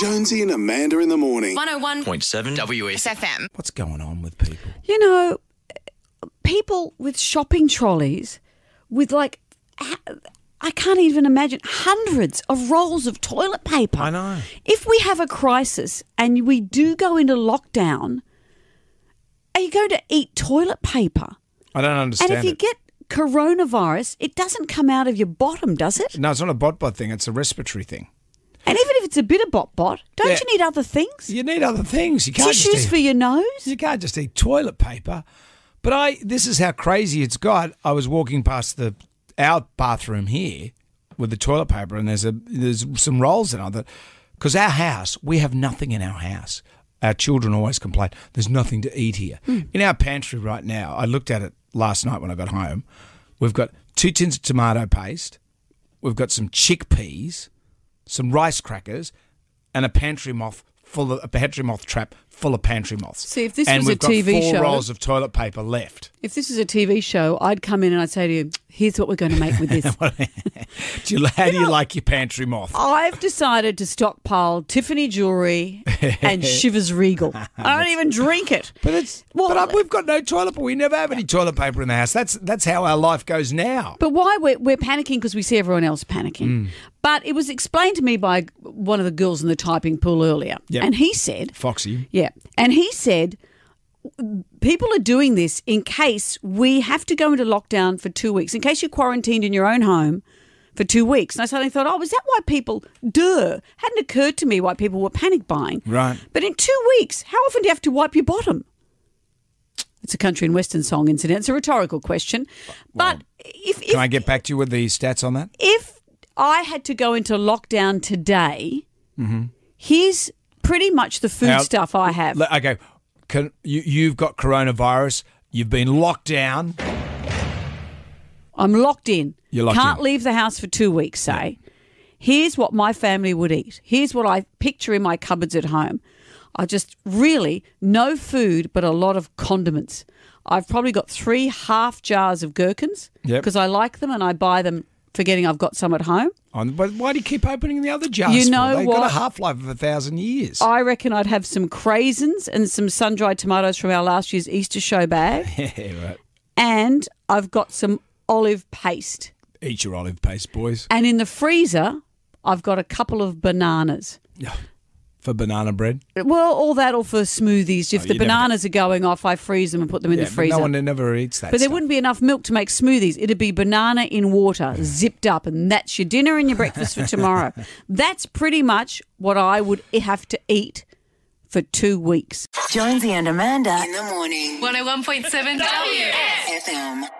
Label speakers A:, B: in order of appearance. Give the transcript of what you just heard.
A: Jonesy and Amanda in the morning.
B: 101
C: 101.7 WS.
B: SFM.
D: What's going on with people?
E: You know, people with shopping trolleys with like, h- I can't even imagine, hundreds of rolls of toilet paper.
D: I know.
E: If we have a crisis and we do go into lockdown, are you going to eat toilet paper?
D: I don't
E: And
D: understand.
E: if you
D: it.
E: get coronavirus, it doesn't come out of your bottom, does it?
D: no, it's not a bot bot thing. It's a respiratory thing.
E: And even if it's a bit of bot bot, don't
D: Yeah.
E: you need other things?
D: You need other things. You can't
E: Tissues
D: just
E: for
D: eat,
E: your nose?
D: you can't just eat toilet paper. But I this is how crazy it's got. I was walking past the our bathroom here with the toilet paper, and there's a there's some rolls in it. Because our house, we have nothing in our house. Our children always complain. There's nothing to eat here
E: Hmm.
D: in our pantry right now. I looked at it last night when I got home. We've got two tins of tomato paste. We've got some chickpeas, some rice crackers, and a pantry moth full of a pantry moth trap full of pantry moths.
E: See, if this
D: and
E: was a
D: we've got
E: TV
D: four
E: show-
D: rolls of toilet paper left.
E: If this was a TV show, I'd come in and I'd say to you, here's what we're going to make with this.
D: Do you, how do you like your pantry moth?
E: I've decided to stockpile Tiffany jewelry and Shivers Regal. I don't even drink it.
D: But it's
E: Well,
D: but I- we've got no toilet paper. We never have any toilet paper in the house. That's that's how our life goes now.
E: But why we're, we're panicking because we see everyone else panicking.
D: Mm.
E: But it was explained to me by one of the girls in the typing pool earlier.
D: Yep.
E: And he said,
D: Foxy,
E: yeah, and he said, people are doing this in case we have to go into lockdown for two weeks, in case you're quarantined in your own home for two weeks. And I suddenly thought, oh, was that why people, duh, hadn't occurred to me why people were panic buying.
D: Right.
E: But in two weeks, how often do you have to wipe your bottom? It's a country and western song incident. It's a rhetorical question. but if, if
D: can I get back to you with the stats on that?
E: if I had to go into lockdown today, here's pretty much the food
D: Mm-hmm. Now,
E: stuff I have.
D: Le- Okay, can you you've got coronavirus? You've been locked down.
E: I'm locked in.
D: You're locked
E: Can't
D: in.
E: leave the house for two weeks, say. Here's what my family would eat. Here's what I picture in my cupboards at home. I just really no food, but a lot of condiments. I've probably got three half jars of gherkins
D: Yep.
E: because I like them and I buy them forgetting I've got some at home.
D: On, but why do you keep opening the other jars?
E: You
D: for?
E: know
D: They've got
E: what?
D: a half life of a thousand years.
E: I reckon I'd have some craisins and some sun dried tomatoes from our last year's Easter show bag.
D: yeah, right.
E: and I've got some olive paste.
D: Eat your olive paste, boys,
E: And in the freezer, I've got a couple of bananas.
D: for banana bread.
E: Well, all that or for smoothies.
D: Oh,
E: If the
D: you never-
E: bananas are going off, I freeze them and put them in
D: Yeah,
E: the
D: but
E: freezer.
D: No one never eats that.
E: but there
D: stuff.
E: wouldn't be enough milk to make smoothies. It'd be banana in water, zipped up, and that's your dinner and your breakfast for tomorrow. That's pretty much what I would have to eat for two weeks.
F: Jonesy and Amanda.
G: In the morning.
B: 101.7 WS.
F: FM.